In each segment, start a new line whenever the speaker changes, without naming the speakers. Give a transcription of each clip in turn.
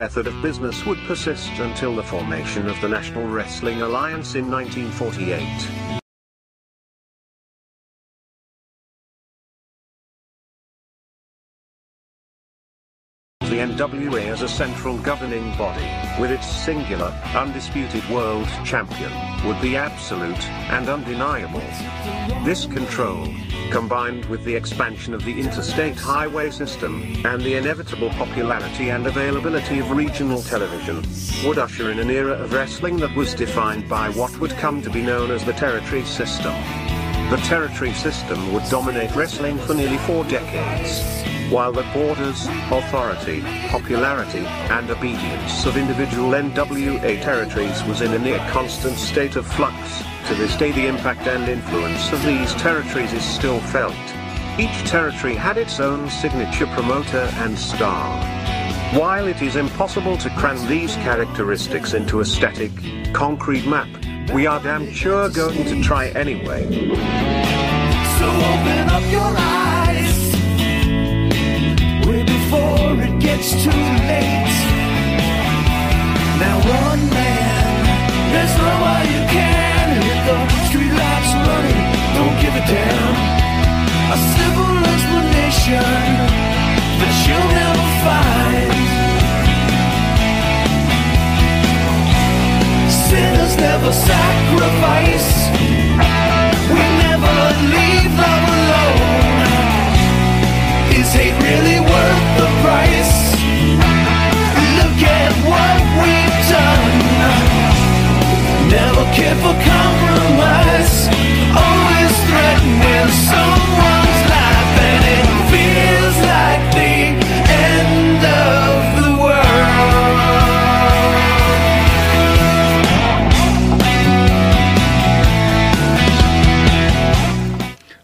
method of business would persist until the formation of the National Wrestling Alliance in 1948. The NWA as a central governing body, with its singular, undisputed world champion, would be absolute and undeniable. This control, combined with the expansion of the interstate highway system, and the inevitable popularity and availability of regional television, would usher in an era of wrestling that was defined by what would come to be known as the territory system. The territory system would dominate wrestling for nearly four decades, while the borders, authority, popularity, and obedience of individual NWA territories was in a near constant state of flux. To this day, the impact and influence of these territories is still felt. Each territory had its own signature promoter and star. While it is impossible to cram these characteristics into a static, concrete map, we are damn sure going to try anyway.
So open up your eyes way before it gets too late. Now one man, there's no way you can. And if the streetlights are running, don't give a damn. A simple explanation that you'll never find. Sinners never sacrifice. We never leave love alone. Is hate really worth the price? Look at what we've done. Never care for compromise. Always threatening someone's life, and it feels like the end of the world.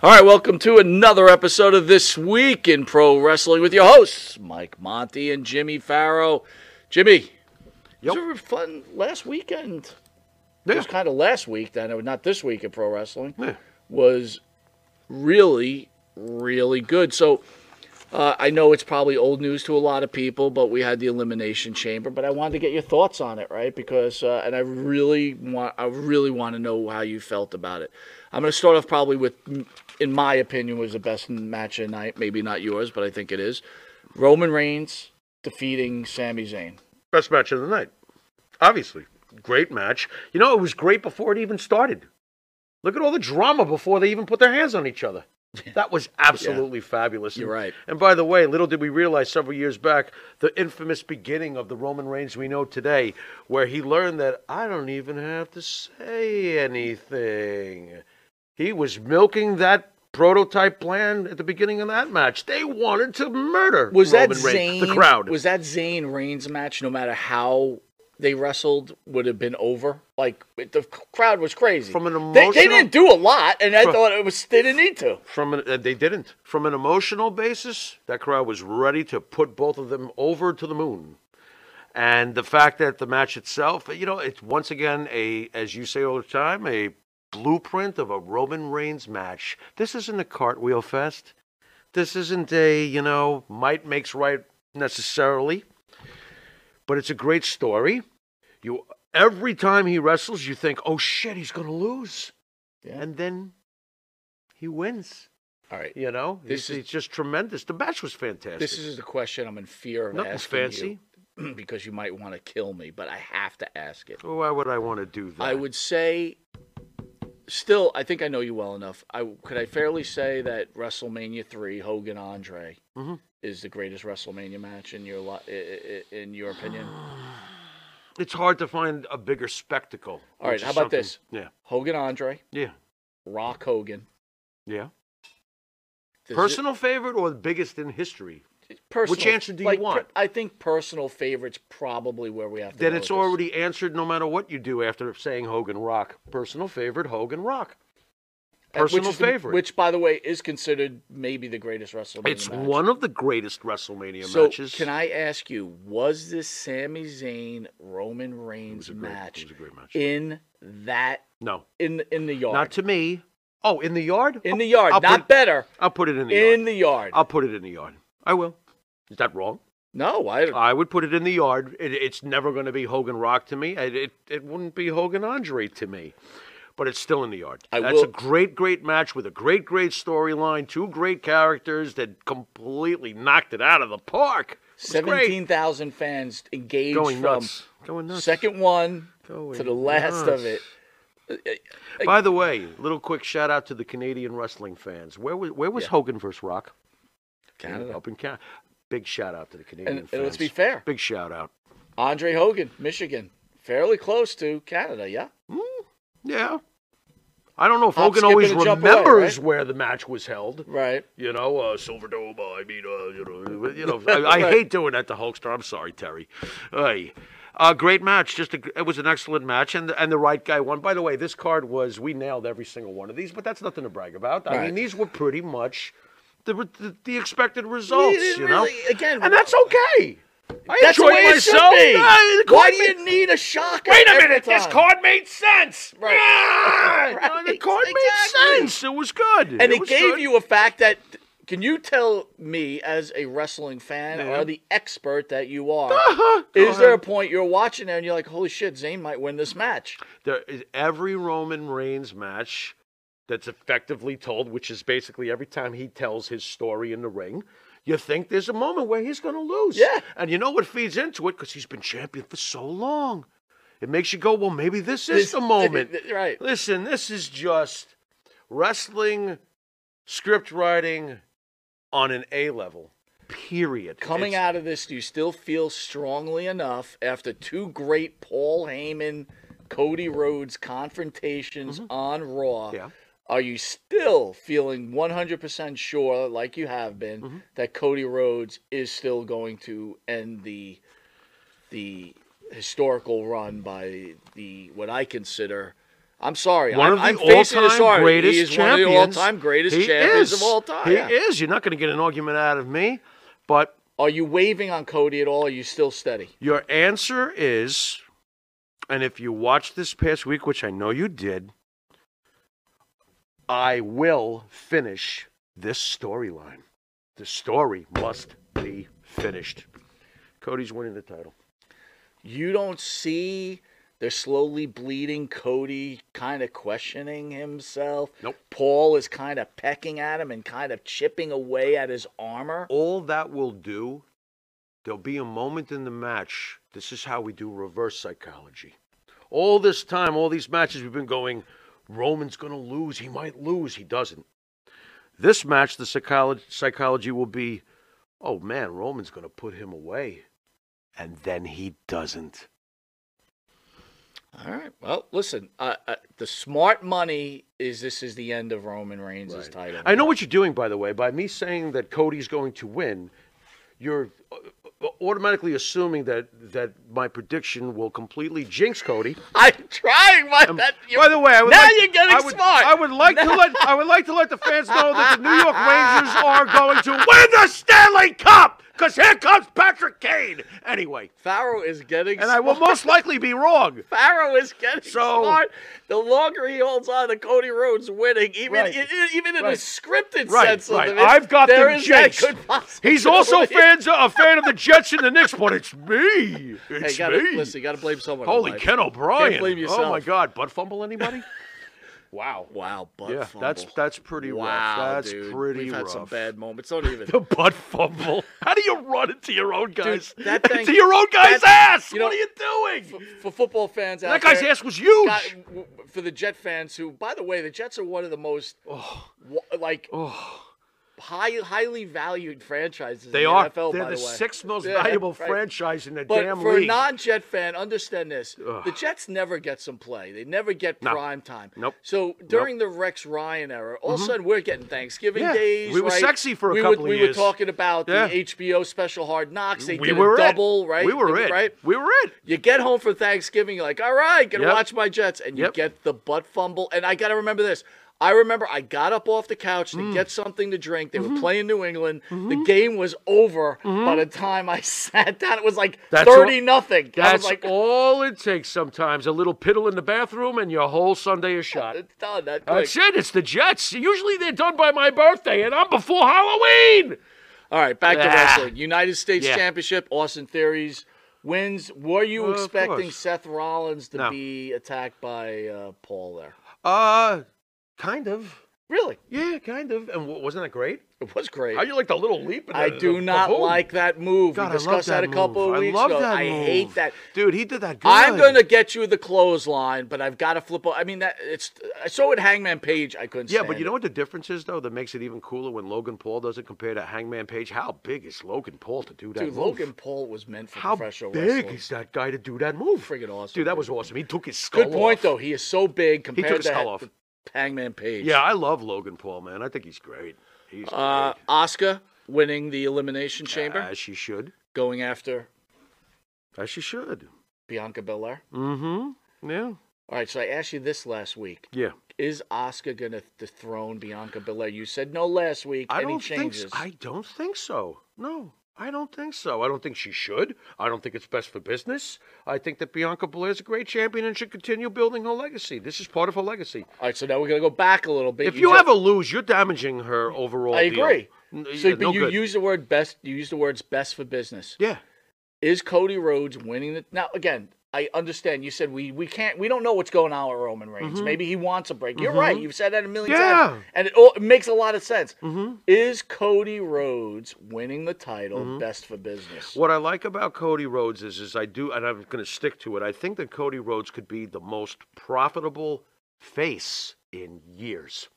All right, welcome to another episode of This Week in Pro Wrestling with your hosts, Mike Monty and Jimmy Farrow. Jimmy,
Yep.
was there a fun last weekend? It
Yeah.
was kind of last week, I know, not this week in pro wrestling,
Yeah.
was really, really good. So uh, I know it's probably old news to a lot of people, but we had the Elimination Chamber. But I wanted to get your thoughts on it, right? Because uh, and I really want, I really want to know how you felt about it. I'm going to start off probably with, in my opinion, was the best match of the night. Maybe not yours, but I think it is. Roman Reigns defeating Sami Zayn.
Best match of the night. Obviously. Great match. You know, it was great before it even started. Look at all the drama before they even put their hands on each other. That was absolutely fabulous.
You're right.
And by the way, little did we realize several years back the infamous beginning of the Roman Reigns we know today, where he learned that I don't even have to say anything. He was milking that prototype plan at the beginning of that match. They wanted to murder
Was
Roman
that
Reigns,
Zayn?
the crowd.
Was that Zayn Reigns match? No matter how they wrestled, would have been over. Like it- the c- crowd was crazy.
From an
They- they,
emotional-
didn't do a lot, and I
From-
thought it was they didn't need to.
from an, uh, they didn't from an emotional basis that crowd was ready to put both of them over to the moon and the fact that the match itself you know it's once again a as you say all the time a blueprint of a roman reigns match this isn't a cartwheel fest this isn't a you know might makes right necessarily but it's a great story you every time he wrestles you think oh shit he's gonna lose
Yeah.
and then he wins
All right.
you know,
This
this
is-
is just tremendous. The match was fantastic.
This is the question I'm in fear of
nothing
asking
fancy.
you because you might want to kill me, but I have to ask it.
Why would I want to do that?
I would say, still, I think I know you well enough. I could I fairly say that WrestleMania three Hogan Andre
Mhm.
is the greatest WrestleMania match in your li- i- i- i- in your opinion.
It's hard to find a bigger spectacle.
All right,
which is
how about
something-
this?
Yeah,
Hogan Andre,
yeah,
Rock Hogan.
yeah.
Does it-
personal favorite or the biggest in history?
personal-
which answer do you
like,
want?
per- I think personal favorites probably where we have to.
Then
go
it's
with this.
already answered. No matter what you do after saying Hogan Rock, personal favorite Hogan Rock.
Uh, which
Personal
is the-
favorite.
which by the way is considered maybe the greatest WrestleMania.
it's
match.
one of the greatest WrestleMania
So
matches.
can I ask you, was this Sami Zayn Roman Reigns
a great- it
match,
was a great match.
in that
No,
in in the yard?
not to me. Oh, in the yard?
in the yard,
I'll
not
put,
better.
I'll put it in the yard.
In the yard.
I'll put it in the yard. I will. Is that wrong?
No, I
I would put it in the yard. It, it's never going to be Hogan Rock to me. It, it, it wouldn't be Hogan Andre to me. But it's still in the yard.
I
That's
will-
a great, great match with a great, great storyline. Two great characters that completely knocked it out of the park. It was great.
seventeen thousand fans engaged
going
from
nuts. Going nuts.
second one
Going
to the last
nuts.
of it.
By the way, little quick shout out to the Canadian wrestling fans. Where was where was Hogan versus Rock?
Canada.
Up in Canada. Big shout out to the Canadian
And,
fans.
and let's be fair,
Big shout out.
Andre Hogan, Michigan, fairly close to Canada. Yeah,
Yeah. I don't know if
Hop,
Hogan
skip,
always
and a jump away,
remembers
right?
where the match was held.
right.
You know, uh, Silver Dome. uh, I mean, uh, you know, you know. I, I hate doing that to Hulkster. I'm sorry, Terry. Hey, uh, great match. Just a, gr- it was an excellent match, and and the right guy won. By the way, this card was we nailed every single one of these, but that's nothing to brag about. I
Right.
mean, these were pretty much the re- the, the expected results. you know,
Really, again,
and that's okay. I
that's the
enjoyed
way it should
myself.
be.
Ah, the
Why
card
do
made-
you need a shocker?
Wait a
every
minute, this
time?
card made sense.
Right.
Yeah.
Right,
The card
exactly.
made sense. It was good.
and it,
was
gave
good.
you a fact that can you tell me as a wrestling fan or the expert that you are
Uh-huh.
is there a point you're watching there and you're like holy shit Zayn might win this match
There is every Roman Reigns match that's effectively told, which is basically every time he tells his story in the ring, you think there's a moment where he's going to lose.
Yeah.
And you know what feeds into it? Because he's been champion for so long. It makes you go, well, maybe this is
This-
the moment.
right
Listen, this is just wrestling script writing on an A level. Period.
coming
It's-
out of this do you still feel strongly enough after two great Paul Heyman Cody Rhodes confrontations on Raw
Mm-hmm. Yeah.
are you still feeling 100% sure, like you have been,
Mm-hmm.
that Cody Rhodes is still going to end the the historical run by the what I consider? I'm sorry,
One
I'm,
of the
I'm facing
all-time
this hard.
greatest
he is
champions.
one of the all-time greatest
He
champions
is.
of all time.
He
yeah.
is. You're not going to get an argument out of me, but
Are you waving on Cody at all? Are you still steady?
your answer is, and if you watched this past week, which I know you did, I will finish this storyline. The story must be finished. Cody's winning the title.
You don't see they're slowly bleeding Cody, kind of questioning himself.
Nope.
Paul is kind of pecking at him and kind of chipping away at his armor.
all that will do, there'll be a moment in the match. This is how we do reverse psychology. All this time, all these matches, we've been going, Roman's going to lose. He might lose. He doesn't. This match, the psychology, psychology will be, oh man, Roman's going to put him away. And then he doesn't.
All right. Well, listen, uh, uh, the smart money is this is the end of Roman Reigns' title.
I know what you're doing, by the way. By me saying that Cody's going to win, you're uh, uh, automatically assuming that, that my prediction will completely jinx Cody.
I'm trying, my
Um,
that, you,
By the way, I would
now
like,
you're getting
I would,
smart.
I would like to let I would like to let the fans know that the New York Rangers are going to win the Stanley Cup because here comes Patrick Kane. Anyway,
Farrow is getting
and I will
smart.
most likely be wrong.
Farrow is getting
So-
smart. The longer he holds on to Cody Rhodes winning, even
Right.
in, even in a
Right.
scripted
Right,
sense
right.
of it,
I've got
there
them
is that
jinxed.
good possibility.
He's also fans a fan of the Jets and the Knicks, but it's me.
Hey,
It's
you gotta,
me.
listen, you gotta blame someone. in
Holy
life.
Ken O'Brien!
Can't blame
Oh my
yourself.
God, butt fumble anybody? wow.
Wow, butt
Yeah,
fumble.
that's that's pretty
wow,
rough. That's
dude.
pretty
We've had
rough.
some bad moments. Don't even.
The butt fumble. How do you run into your own guy's
that thing-
into your own guy's
that-
ass?
you know-
what are you doing?
for football fans out
that guy's
there,
ass was huge.
got- w- for the Jet fans who, by the way, the Jets are one of the most wa- like high, highly valued franchises. in
they
the
are.
NFL,
They're
by way.
the sixth most
Yeah,
valuable
right.
franchise in the
But
damn
for
league.
a non-Jet fan, understand this: the Jets never get some play. They never get prime time.
Nope. Mm-hmm.
So during the Rex Ryan era, all of a sudden we're getting Thanksgiving
Yeah.
days.
We were
right?
sexy for a
we
couple
were,
of
we
years.
were talking about
Yeah.
the HBO special Hard Knocks. They
we
did
were
a double,
it.
right?
We were
They-
it.
Right.
We were it.
You get home for Thanksgiving, you're like, all right, gonna
Yep.
watch my Jets, and you
Yep.
get the butt fumble. And I gotta remember this. I remember I got up off the couch to
Mm.
get something to drink. They
Mm-hmm.
were playing New England. The game was over by the time I sat down. It was like
That's all-
thirty nothing. I was
That's
like,
all it takes sometimes. A little piddle in the bathroom and your whole Sunday is shot.
it's done. That quick.
That's it. It's the Jets. Usually they're done by my birthday, and I'm before Halloween.
All right, back to
Ah.
wrestling. United States
Yeah.
Championship. Austin Theories wins. Were you
Well, of
expecting
course.
Seth Rollins to
No.
be attacked by uh, Paul there?
Uh, kind of.
Really?
Yeah, kind of. And w- wasn't that great?
It was great.
How'd you like the little leap? and
I
the-
do
the
not
boom?
like that move.
God, I
we
love
discussed that,
that
a couple
move.
of
I
weeks
love
ago.
that
I
move.
hate that.
Dude, he did that good.
I'm gonna get you the clothesline, but I've got to flip. o- I mean, that it's. I saw it Hangman Page. I couldn't.
Yeah,
stand
but you
it.
know what the difference is though that makes it even cooler when Logan Paul does it compared to Hangman Page. How big is Logan Paul to do that?
dude,
move?
Logan Paul was meant for
How
professional
big
wrestling.
is that guy to do that move?
Friggin' awesome,
dude. That
dude.
was awesome. He took his skull.
Good point
off.
though. He is so big compared
took his
to
skull off.
Hangman Page.
Yeah, I love Logan Paul, man. I think he's great. He's
Uh, Oscar winning the elimination
great.
chamber,
as she should,
going after
as she should.
Bianca Belair.
Mm-hmm. Yeah.
All right, so I asked you this last week:
Yeah.
Is Oscar going to dethrone Bianca Belair? You said no last week.
I
Any
don't
changes?
think. So. I don't think so. No, I don't think so. I don't think she should. I don't think it's best for business. I think that Bianca Belair is a great champion and should continue building her legacy. This is part of her legacy.
All right, so now we're going to go back a little bit.
If you,
ju-
ever lose, you're damaging her overall.
I
deal.
agree.
N-
So,
yeah,
but
no
you
good.
use the word best. You use the words best for business.
yeah.
Is Cody Rhodes winning the now? Again, I understand. You said we we can't. We don't know what's going on with Roman Reigns. Maybe he wants a break. You're right. You've said that a million
Mm-hmm. Yeah. Mm-hmm.
times, and it, all, it makes a lot of sense. Is Cody Rhodes winning the title
Mm-hmm.
best for business?
What I like about Cody Rhodes is, is I do, and I'm going to stick to it. I think that Cody Rhodes could be the most profitable face in years.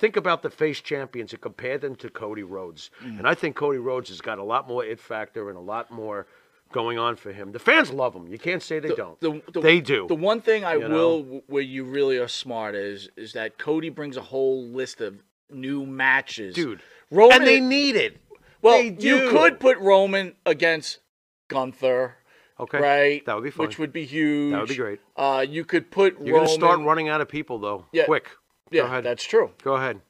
Think about the face champions and compare them to Cody Rhodes,
Mm.
and I think Cody Rhodes has got a lot more it factor and a lot more going on for him. The fans love him. You can't say they don't.
The, the,
they do.
The one thing I
You know?
will, where you really are smart, is is that Cody brings a whole list of new matches,
Dude.
Roman
and they need it.
Well,
They
you
do.
could put Roman against Gunther,
Okay,
right?
that would be fun.
Which would be huge.
That would be great.
Uh, you could put
You're going
Roman.
to start running out of people though.
Yeah.
Quick.
Yeah,
Go ahead.
that's true.
Go ahead.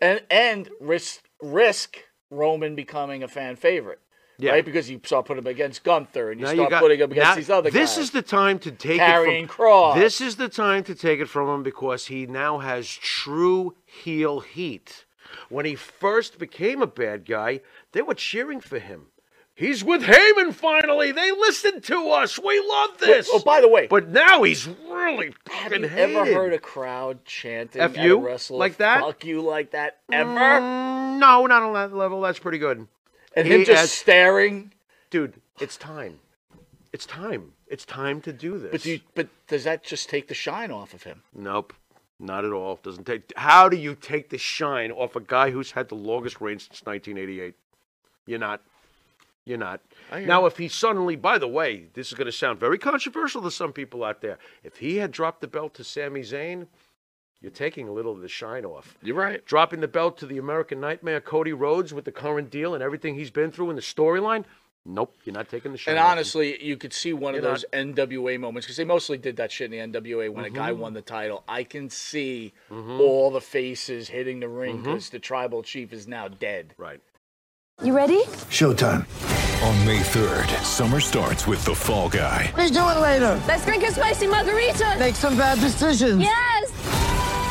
And and risk risk Roman becoming a fan favorite,
Yeah.
right? Because you saw put him against Gunther, and you
Now
start
you got,
putting him against
now-
these other
this
guys.
is the time to take
Karrion
it from
Kross.
This is the time to take it from him because he now has true heel heat. When he first became a bad guy, they were cheering for him. He's with Heyman finally. They listened to us. We love this.
Oh, by the way,
but now he's really
have you
fucking
ever
hated.
heard a crowd chanting
F
at a
you?
wrestler
Like that?
"fuck you" like that ever?
Mm, no, not on that level. That's pretty good.
and
he
him just
has-
staring.
Dude, it's time. It's time. It's time to do this.
But do you, but does that just take the shine off of him?
Nope. Not at all. Doesn't take. How do you take the shine off a guy who's had the longest reign since 1988? You're not. You're not.
I hear
Now, if he suddenly, by the way, this is going to sound very controversial to some people out there. If he had dropped the belt to Sami Zayn, you're taking a little of the shine off.
You're right.
Dropping the belt to the American Nightmare, Cody Rhodes, with the current deal and everything he's been through in the storyline. Nope, you're not taking the shine.
And
off him.
honestly, you could see one of
You're
those NWA moments because they mostly did that shit in the NWA when a
Mm-hmm.
guy won the title. I can see all the faces hitting the ring
Mm-hmm.
because the tribal chief is now dead.
right.
You ready?
Showtime.
On May 3rd, summer starts with The Fall Guy.
Let's do it later.
Let's drink a spicy margarita.
Make some bad decisions.
Yes.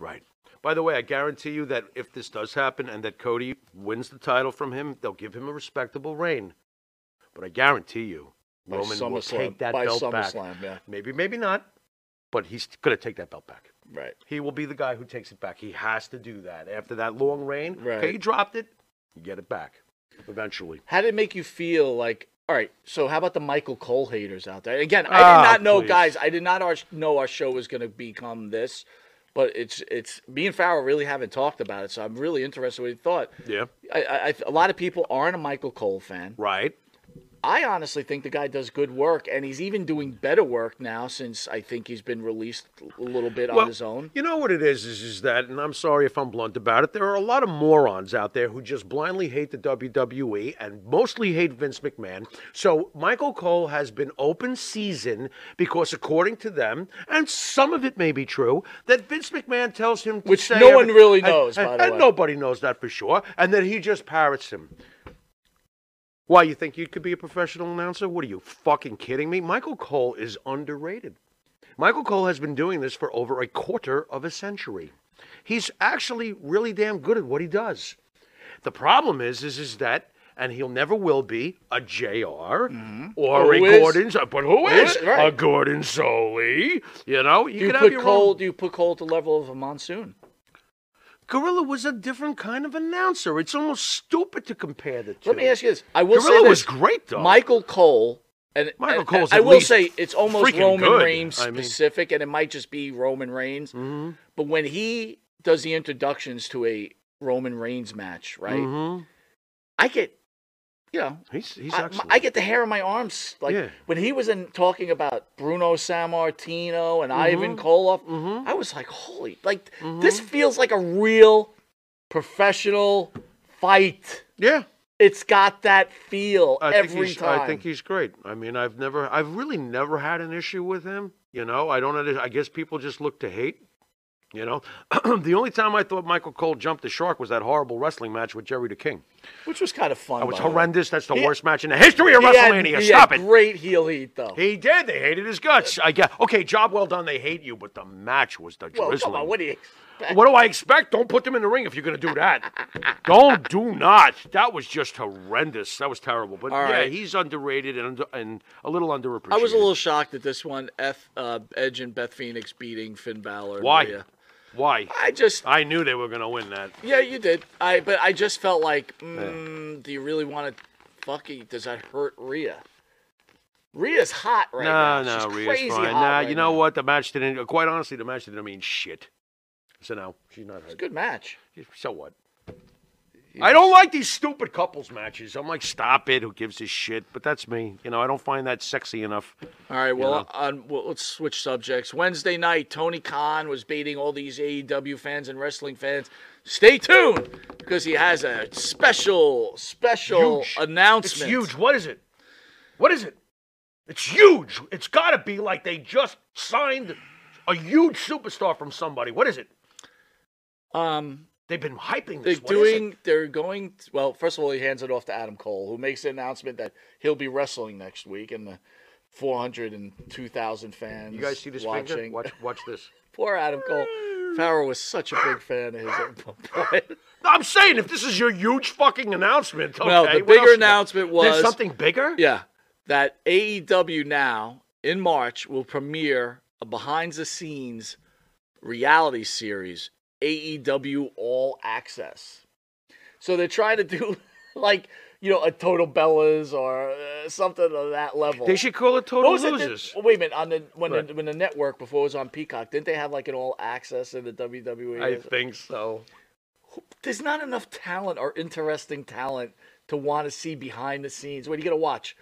Right. By the way, I guarantee you that if this does happen and that Cody wins the title from him, they'll give him a respectable reign. But I guarantee you,
By
Roman will
SummerSlam-
take that
by
belt back.
SummerSlam, yeah.
Maybe, maybe not. But he's going to take that belt back.
Right.
He will be the guy who takes it back. He has to do that after that long reign.
Right.
Okay, you dropped it. You get it back eventually.
How did it make you feel? Like, All right, so how about the Michael Cole haters out there? Again, I
Ah,
did not know,
please.
guys. I did not our, know our show was going to become this, but it's it's me and Farrell really haven't talked about it, so I'm really interested in what you thought.
Yeah.
I, I, I, a lot of people aren't a Michael Cole fan.
Right.
I honestly think the guy does good work, and he's even doing better work now since I think he's been released a little bit on his own.
You know what it is, is is that, and I'm sorry if I'm blunt about it. There are a lot of morons out there who just blindly hate the WWE and mostly hate Vince McMahon. So Michael Cole has been open season because, according to them, and some of it may be true, that Vince McMahon tells him, to
Which
say
no one
every-
really
and-
knows,
and,
by the
and
way.
nobody knows that for sure, and that he just parrots him. Why you think you could be a professional announcer? What are you fucking kidding me? Michael Cole is underrated. Michael Cole has been doing this for over a quarter of a century. He's actually really damn good at what he does. The problem is, is, is that, and he'll never will be a junior or
Mm-hmm. Who
a
is-
Gordon, but who is
is- right.
a Gordon Soley? You know, you,
Do you
can have
put
your
Cole?
own-
Do you put Cole at the level of a monsoon?
Gorilla was a different kind of announcer. It's almost stupid to compare the two.
Let me ask you this. I will say
Gorilla
this.
was great, though.
Michael Cole and
Michael
and-
Cole's
and I
at
will
least
say it's almost
freaking
Roman
good.
Reigns
I mean- Mm-hmm.
specific, and it might just be Roman Reigns. But when he does the introductions to a Roman Reigns match, right?
Mhm.
I get, you know,
He's he's
I,
excellent.
I get the hair on my arms. Like
Yeah.
when he was in talking about Bruno Sammartino
Mm-hmm.
and Ivan Koloff, I was like, holy, like
Mm-hmm.
this feels like a real professional fight.
yeah.
It's got that feel
I
every
think he's,
time.
I think he's great. I mean, I've never, I've really never had an issue with him. You know, I don't. under- I guess people just look to hate. You know, the only time I thought Michael Cole jumped the shark was that horrible wrestling match with Jerry the King.
which was kind of fun.
That was
by the way.
horrendous. That's the
He-
worst match in the history of
He had-
WrestleMania.
he
Stop
had
it.
Great heel heat though.
He did. They hated his guts. I guess. Okay, job well done. They hate you, but the match was the
well,
drizzling.
come on, what do you?
What do I expect? Don't put them in the ring if you're going to do that. Don't do not. That was just horrendous. That was terrible. But
All
yeah,
right.
he's underrated and under, and a little underappreciated.
I was a little shocked at this one. F uh, Edge and Beth Phoenix beating Finn Balor. and
Why?
Rhea.
Why?
I just
I knew they were going to win that.
yeah, you did. I but I just felt like, mm, do you really want to? Fucking, does that hurt Rhea? Rhea's hot right now.
No, no,
She's
Rhea's
crazy
fine.
hot
nah,
right
you know
now.
what? The match didn't. Quite honestly, the match didn't mean shit. So no, she's not hurt.
Good match.
So what? I don't like these stupid couples matches. I'm like, stop it. Who gives a shit? But that's me. You know, I don't find that sexy enough.
All right, well, on, well, let's switch subjects. Wednesday night, Tony Khan was baiting all these AEW fans and wrestling fans. Stay tuned because he has a special, special
Huge. It's
announcement.
huge. What is it? What is it? It's huge. It's got to be like they just signed a huge superstar from somebody. What is it?
Um,
They've been hyping
they're
this. What is it?
doing. They're going. Well, first of all, he hands it off to Adam Cole, who makes the announcement that he'll be wrestling next week, and the 402,000 fans.
You guys see this
watching.
finger? Watch, watch this.
Poor Adam Cole. Farrell was such a big fan of his. at one point.
I'm saying if this is your huge fucking announcement, okay,
Well, the
what
bigger
else-
announcement was
There's something bigger.
Yeah, that AEW now in March will premiere a behind the scenes reality series, AEW All Access. So they're trying to do like you know a Total Bellas or uh, something of that level.
They should call it
What
total
was it that- Oh
losers.
wait a minute on the when the,
Right.
when the network before it was on Peacock didn't they have like an All Access in the WWE?
I think so.
there's not enough talent or interesting talent to want to see behind the scenes. What are you gonna watch?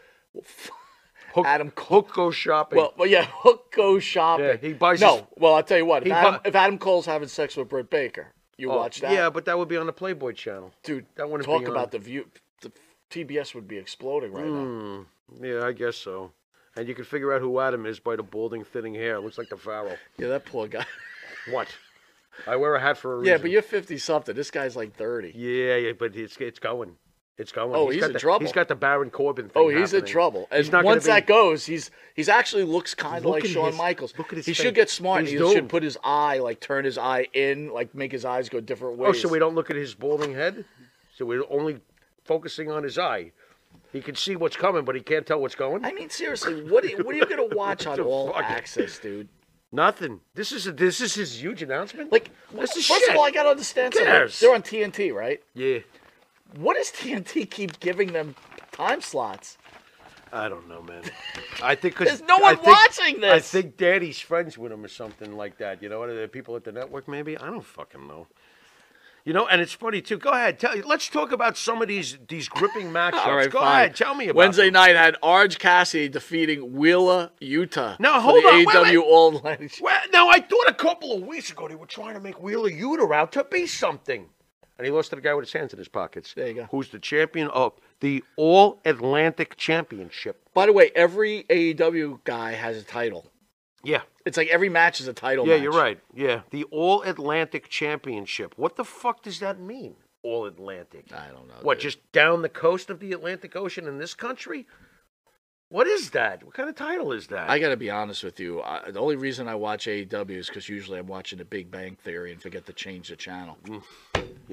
Hook,
Adam Cole-
Hook goes shopping.
Well, well, yeah, Hook goes shopping.
Yeah, he buys
No,
his-
well, I'll tell you what. If
He
Adam,
buy-
if Adam Cole's having sex with Britt Baker, you
Oh,
watch that.
Yeah, but that would be on the Playboy channel.
dude,
that wouldn't
talk
be on.
about the view. The TBS would be exploding right
Mm.
now.
Yeah, I guess so. And you can figure out who Adam is by the balding, thinning hair. It looks like the Pharaoh.
Yeah, that poor guy.
What? I wear a hat for a reason.
yeah, but you're fifty something. This guy's like thirty.
Yeah, yeah, but it's it's going. It's going.
Oh, he's
got
in
the,
trouble.
He's got the Baron Corbin thing.
Oh, he's in
happening.
trouble. And
He's not gonna
once
be-
that goes, he's he's actually looks kind of
Look
like
at
Shawn
his-
Michaels.
look at his
he
face.
should get smart.
He's
and he
doomed.
should put his eye, like turn his eye in, like make his eyes go different ways.
Oh, so we don't look at his balding head. So we're only focusing on his eye. He can see what's coming, but he can't tell what's going.
I mean, seriously, what are, what are you gonna watch on All
fuck?
Access, dude?
Nothing. This is a, this is his huge announcement.
Like,
this is
first
shit.
of all, I gotta understand
Who
something.
cares?
They're on TNT, right?
yeah.
What does TNT keep giving them time slots?
I don't know, man. I think 'cause-
There's no
I
one
think-
watching this.
I think Daddy's friends with him or something like that. You know, are there people at the network? Maybe I don't fucking know. You know, and it's funny too. Go ahead, tell. Let's talk about some of these these gripping matchups.
All right,
Oh, Go
fine.
ahead, tell me about
Wednesday
them.
night had Orange Cassidy defeating Wheeler Utah.
Now,
for
hold
the E
on, wait,
AEW
wait.
All Atlantic Championship.
Well, now I thought a couple of weeks ago they were trying to make Wheeler Uter out to be something, and he lost to the guy with his hands in his pockets.
There you go.
Who's the champion of the All Atlantic Championship?
By the way, every AEW guy has a title.
Yeah,
It's like every match is a title.
yeah,
match.
you're right. Yeah, the All Atlantic Championship. What the fuck does that mean? All Atlantic.
I don't know.
What,
dude.
just down the coast of the Atlantic Ocean in this country? What is that? What kind of title is that?
I got to be honest with you. I, the only reason I watch AEW is because usually I'm watching The Big Bang Theory and forget to change the channel.
You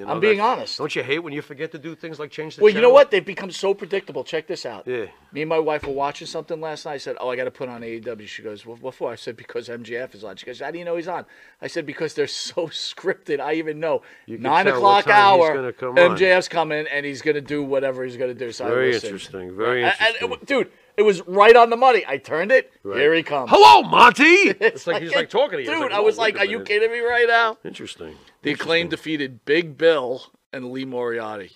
I'm being
Mm, that's-
honest.
Don't you hate when you forget to do things like change the
Well, you know
channel?
what? They've become so predictable. Check this out.
Yeah.
Me and my wife were watching something last night. I said, "Oh, I got to put on AEW." She goes, "Well, what for?" I said, "Because MGF is on." She goes, "How do you know he's on?" I said, "Because they're so scripted. I even know
You can
nine
tell what
o'clock
time he's
hour,
gonna come on.
MJF's coming and he's gonna do whatever he's gonna do." So I
Very
listened.
interesting, very
And- and it
interesting.
wa- dude, it was right on the money. I turned it. Here he comes.
Hello, Monty! it's like
Fucking-
he's like talking to you. It's
Dude, I
"Whoa,
was like,
wait a
"Are you
minute."
kidding me right now?"
Interesting.
The acclaim defeated Big Bill and Lee Moriarty.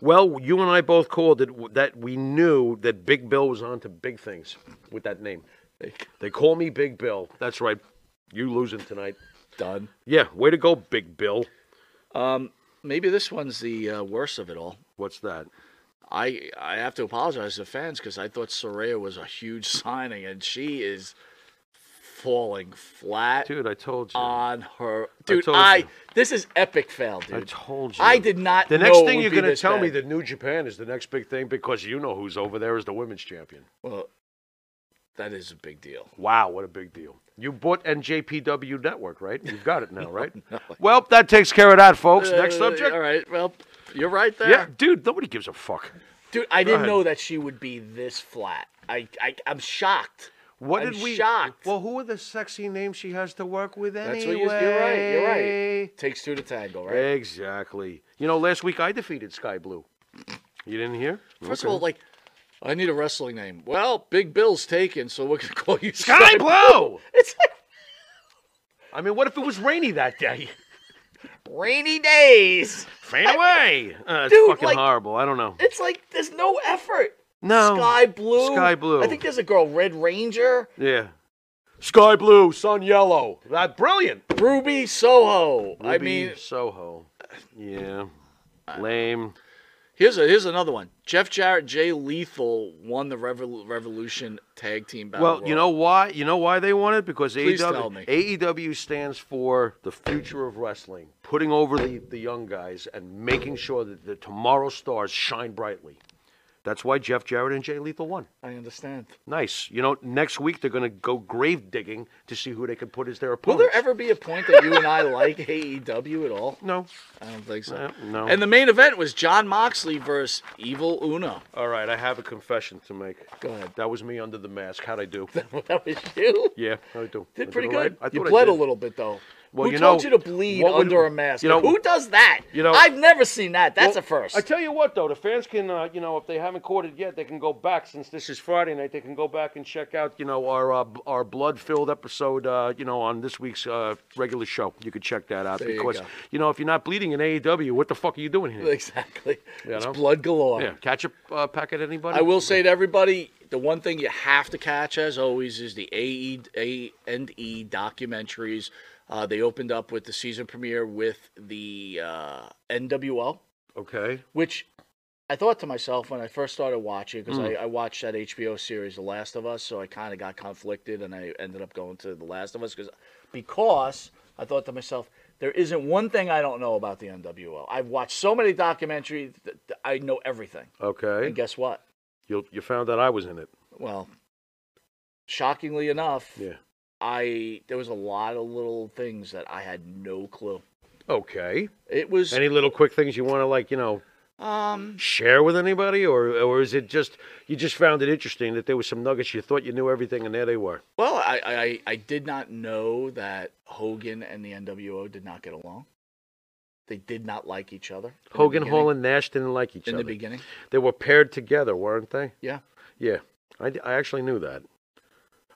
Well, you and I both called it w- that we knew that Big Bill was on to big things with that name. They call me Big Bill. That's right. You losing tonight.
Done.
Yeah, way to go, Big Bill.
Maybe this one's the uh, worst of it all.
What's that?
I I have to apologize to fans because I thought Soraya was a huge signing, and she is falling flat
Dude, I told you.
on her. Dude,
told
I,
you.
this is epic fail, dude.
I told you.
I did not.
The next
know it
thing
would
you're
be
going to
this
tell me
bad.
that New Japan is the next big thing because you know who's over there is the women's champion.
well, that is a big deal.
Wow, what a big deal. You bought NJPW Network, right? You've got it now, right? Well, that takes care of that, folks. next
Uh,
subject.
All right, well, you're right there,
Yeah, dude, nobody gives a fuck.
dude. I didn't
ahead.
know that she would be this flat. I, I I'm shocked.
What
I'm
did we?
shocked.
Well, who are the sexy names she has to work with anyway?
That's what you, you're right. You're right. Takes two to tango, right?
Exactly. You know, last week I defeated Sky Blue. You didn't hear?
First of all, like, I need a wrestling name. Well, Big Bill's taken, so we're gonna call you
Sky Blue.
It's like
I mean, what if it was rainy that day?
rainy days.
Fade away. Uh, it's
Dude,
fucking
like-
horrible. I don't know.
It's like there's no effort.
No.
Sky blue.
Oh. Sky Blue.
I think there's a girl, Red Ranger,
Yeah. Sky blue, sun yellow. That brilliant.
Ruby Soho. I
Ruby
mean,
Soho. Yeah. Lame.
here's a, here's another one. Jeff Jarrett, Jay Lethal won the Revol- Revolution Tag Team Battle.
Well,
Royal.
you know why? You know why they won it? Because E
Please
AEW,
tell me.
AEW stands for the future of wrestling, putting over the, the young guys and making sure that the tomorrow stars shine brightly. That's why Jeff Jarrett and Jay Lethal won.
I understand.
Nice. You know, next week they're going to go grave digging to see who they can put as their
Will
opponent.
there ever be a point that you and I like AEW at all?
No.
I don't think so.
Uh, no.
And the main event was John Moxley versus Evil Uno.
All right, I have a confession to make.
Go ahead.
That was me under the mask. How'd I do?
that was you.
yeah, how'd I do?
Did
I
pretty
all right?
good.
I
you
thought I
bled a
did.
little bit though.
Well,
Who
you
told
know-
you to bleed
what would-
under a mask?
you know-
Who does that?
you know-
I've never seen that. That's
Well,
a first.
I tell you what, though, the fans can, uh, you know, if they haven't caught it yet, they can go back. Since this is Friday night, they can go back and check out, you know, our uh, b- our blood-filled episode, uh, you know, on this week's uh, regular show. You could check that out
There you
because,
go.
you know, if you're not bleeding in AEW, what the fuck are you doing here?
exactly.
You
it's
know?
blood galore.
Yeah, catch a uh, packet, anybody?
I will say to everybody, the one thing you have to catch, as always, is the AE, A and E documentaries. Uh, they opened up with the season premiere with the uh, NWO,
Okay.
which I thought to myself when I first started watching
Hmm.
because I, I watched that HBO series, The Last of Us, so I kind of got conflicted and I ended up going to The Last of Us because because I thought to myself there isn't one thing I don't know about the NWO. I've watched so many documentaries, that that I know everything.
Okay.
And guess what?
You you found out I was in it.
Well, shockingly enough,
Yeah.
I there was a lot of little things that I had no clue.
Okay.
It was
Any little quick things you want to like, you know,
um
share with anybody, or or is it just you just found it interesting that there was some nuggets you thought you knew everything, and there they were.
well I, I I did not know that Hogan and the NWO did not get along. They did not like each other. in the
Hogan,
beginning-
Hall, and Nash didn't like each
in
other.
the beginning.
They were paired together, weren't they?
Yeah.
Yeah. I, d- I actually knew that.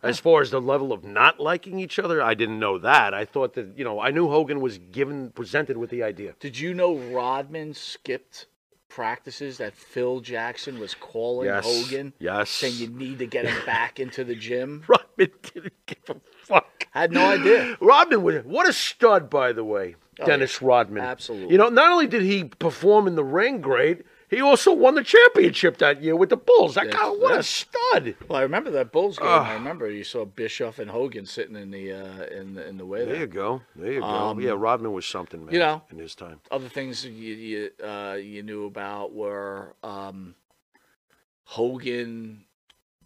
As far as the level of not liking each other, I didn't know that. I thought that you know I knew Hogan was given presented with the idea.
Did you know Rodman skipped practices that Phil Jackson was calling
Yes.
Hogan?
Yes.
Saying you need to get him back into the gym?
Rodman didn't give a fuck.
I had no idea.
Rodman was what a stud, by the way, Dennis Rodman.
Oh, Absolutely.
You know, not only did he perform in the ring great, he also won the championship that year with the Bulls. That
Yes,
guy, what a
yes.
stud!
Well, I remember that Bulls game. I remember you saw Bischoff and Hogan sitting in the uh, in the, in the way
There
there.
you go. There you go. yeah, Rodman was something, man.
Um, you know.
in his time.
Other things you you, uh, you knew about were um, Hogan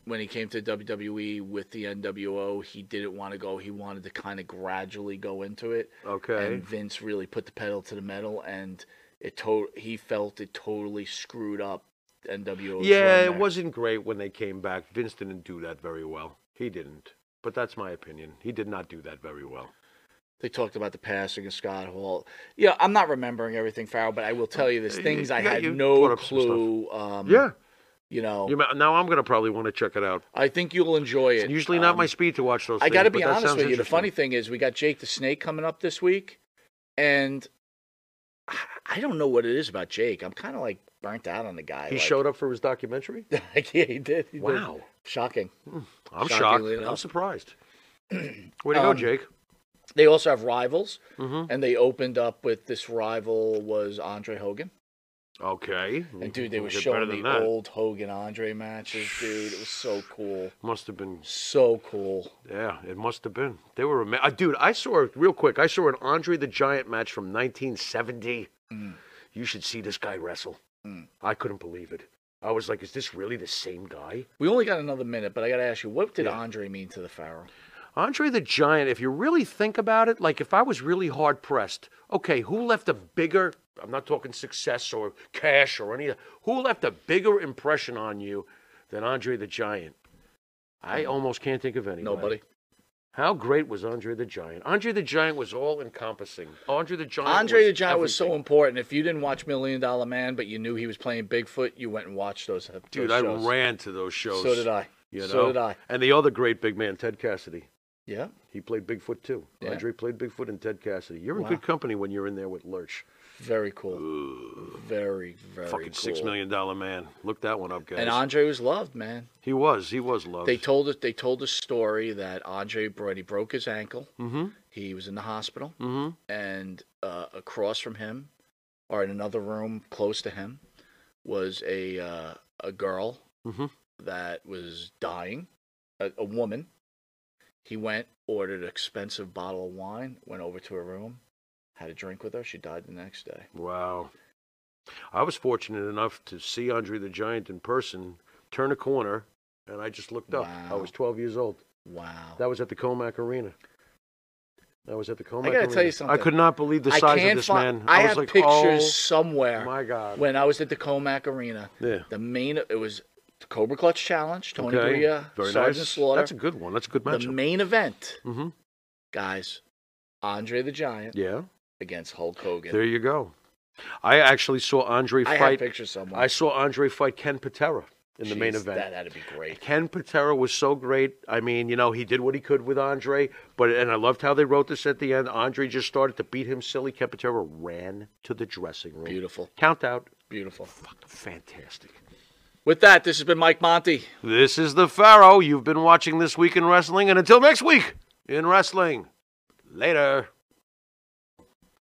when he came to WWE with the NWO. He didn't want to go. He wanted to kind of gradually go into it.
Okay.
And Vince really put the pedal to the metal, and it to- he felt it totally screwed up NWO. 's
yeah,
run
it
there.
wasn't great when they came back. Vince didn't do that very well. He didn't. But that's my opinion. He did not do that very well.
They talked about the passing of Scott Hall. Yeah, I'm not remembering everything, Farrell, but I will tell you there's
Uh,
things I
yeah,
had
you brought
no
up some stuff.
clue. Um, you know,
You ma- now I'm going to probably want to check it out.
I think you'll enjoy it.
It's usually not
Um,
my speed to watch those
I
got to
be honest with you. The funny thing is, we got Jake the Snake coming up this week, and I- I don't know what it is about Jake. I'm kind of like burnt out on the guy.
He showed up for his documentary?
Like, yeah, he did. he did.
Wow.
Shocking.
I'm shocked.
Shockingly
I'm
enough.
surprised. Way to go,
Um,
Jake.
They also have rivals,
Mm-hmm.
and they opened up with this rival was Andre Hogan.
Okay.
And dude, they were
Get better
showing
than
the
that.
old Hogan Andre matches, dude. It was so cool.
Must have been.
So cool.
Yeah, it must have been. They were. Ama- uh, dude, I saw real quick. I saw an Andre the Giant match from 1970. You should see this guy wrestle. I couldn't believe it. I was like, is this really the same guy?
We only got another minute, but I got to ask you, what did
Yeah.
Andre mean to the Pharaoh?
Andre the Giant, if you really think about it, like if I was really hard pressed, okay, who left a bigger, I'm not talking success or cash or any, who left a bigger impression on you than Andre the Giant? I almost can't think of anybody.
Nobody.
How great was Andre the Giant? Andre the Giant was all encompassing. Andre the Giant.
Andre the Giant was so
everything.
important. If you didn't watch Million Dollar Man, but you knew he was playing Bigfoot, you went and watched those. uh, those
Dude, I
shows.
ran to those shows.
So did I.
You know?
So did I.
And the other great big man, Ted Cassidy.
Yeah.
He played Bigfoot too.
Yeah.
Andre played Bigfoot and Ted Cassidy. You're in
Wow.
good company when you're in there with Lurch.
Very cool. Very, very
Fucking
cool.
six million dollar man. Look that one up, guys.
And Andre was loved, man.
he was, he was loved.
They told it. They told a story that Andre Brody broke his ankle.
mm-hmm.
He was in the hospital,
Mm-hmm.
and uh, across from him, or in another room close to him, was a uh, a girl
Mhm.
that was dying, a, a woman. He went, ordered an expensive bottle of wine, went over to her room, had a drink with her. She died the next day.
Wow. I was fortunate enough to see Andre the Giant in person, turn a corner, and I just looked up. I
Wow.
was twelve years old.
Wow.
That was at the Comac Arena. That was at the Comac
gotta
Arena.
tell you something.
I could not believe the
I
size of
can't
this
fi-
man.
I,
was
have
like,
pictures
oh,
somewhere.
my God.
When I was at the Comac Arena,
oh. Yeah.
the main it was the Cobra Clutch Challenge, Tony
okay.
Gurria,
Very
Sergeant
nice.
Slaughter.
That's a good one. That's a good
the
matchup.
main event,
mm-hmm.
guys. Andre the Giant
Yeah.
against Hulk Hogan.
There you go. I actually saw Andre
I have
fight.
pictures somewhere.
I saw Andre fight Ken Patera in the main
Jeez,
event.
That that'd be great.
Ken Patera was so great. I mean, you know, he did what he could with Andre, but and I loved how they wrote this at the end. Andre just started to beat him silly. Ken Patera ran to the dressing room.
Beautiful,
Count out.
beautiful.
Fantastic.
With that, this has been Mike Monty.
This is the Pharaoh. You've been watching This Week in Wrestling, and until next week in Wrestling. Later.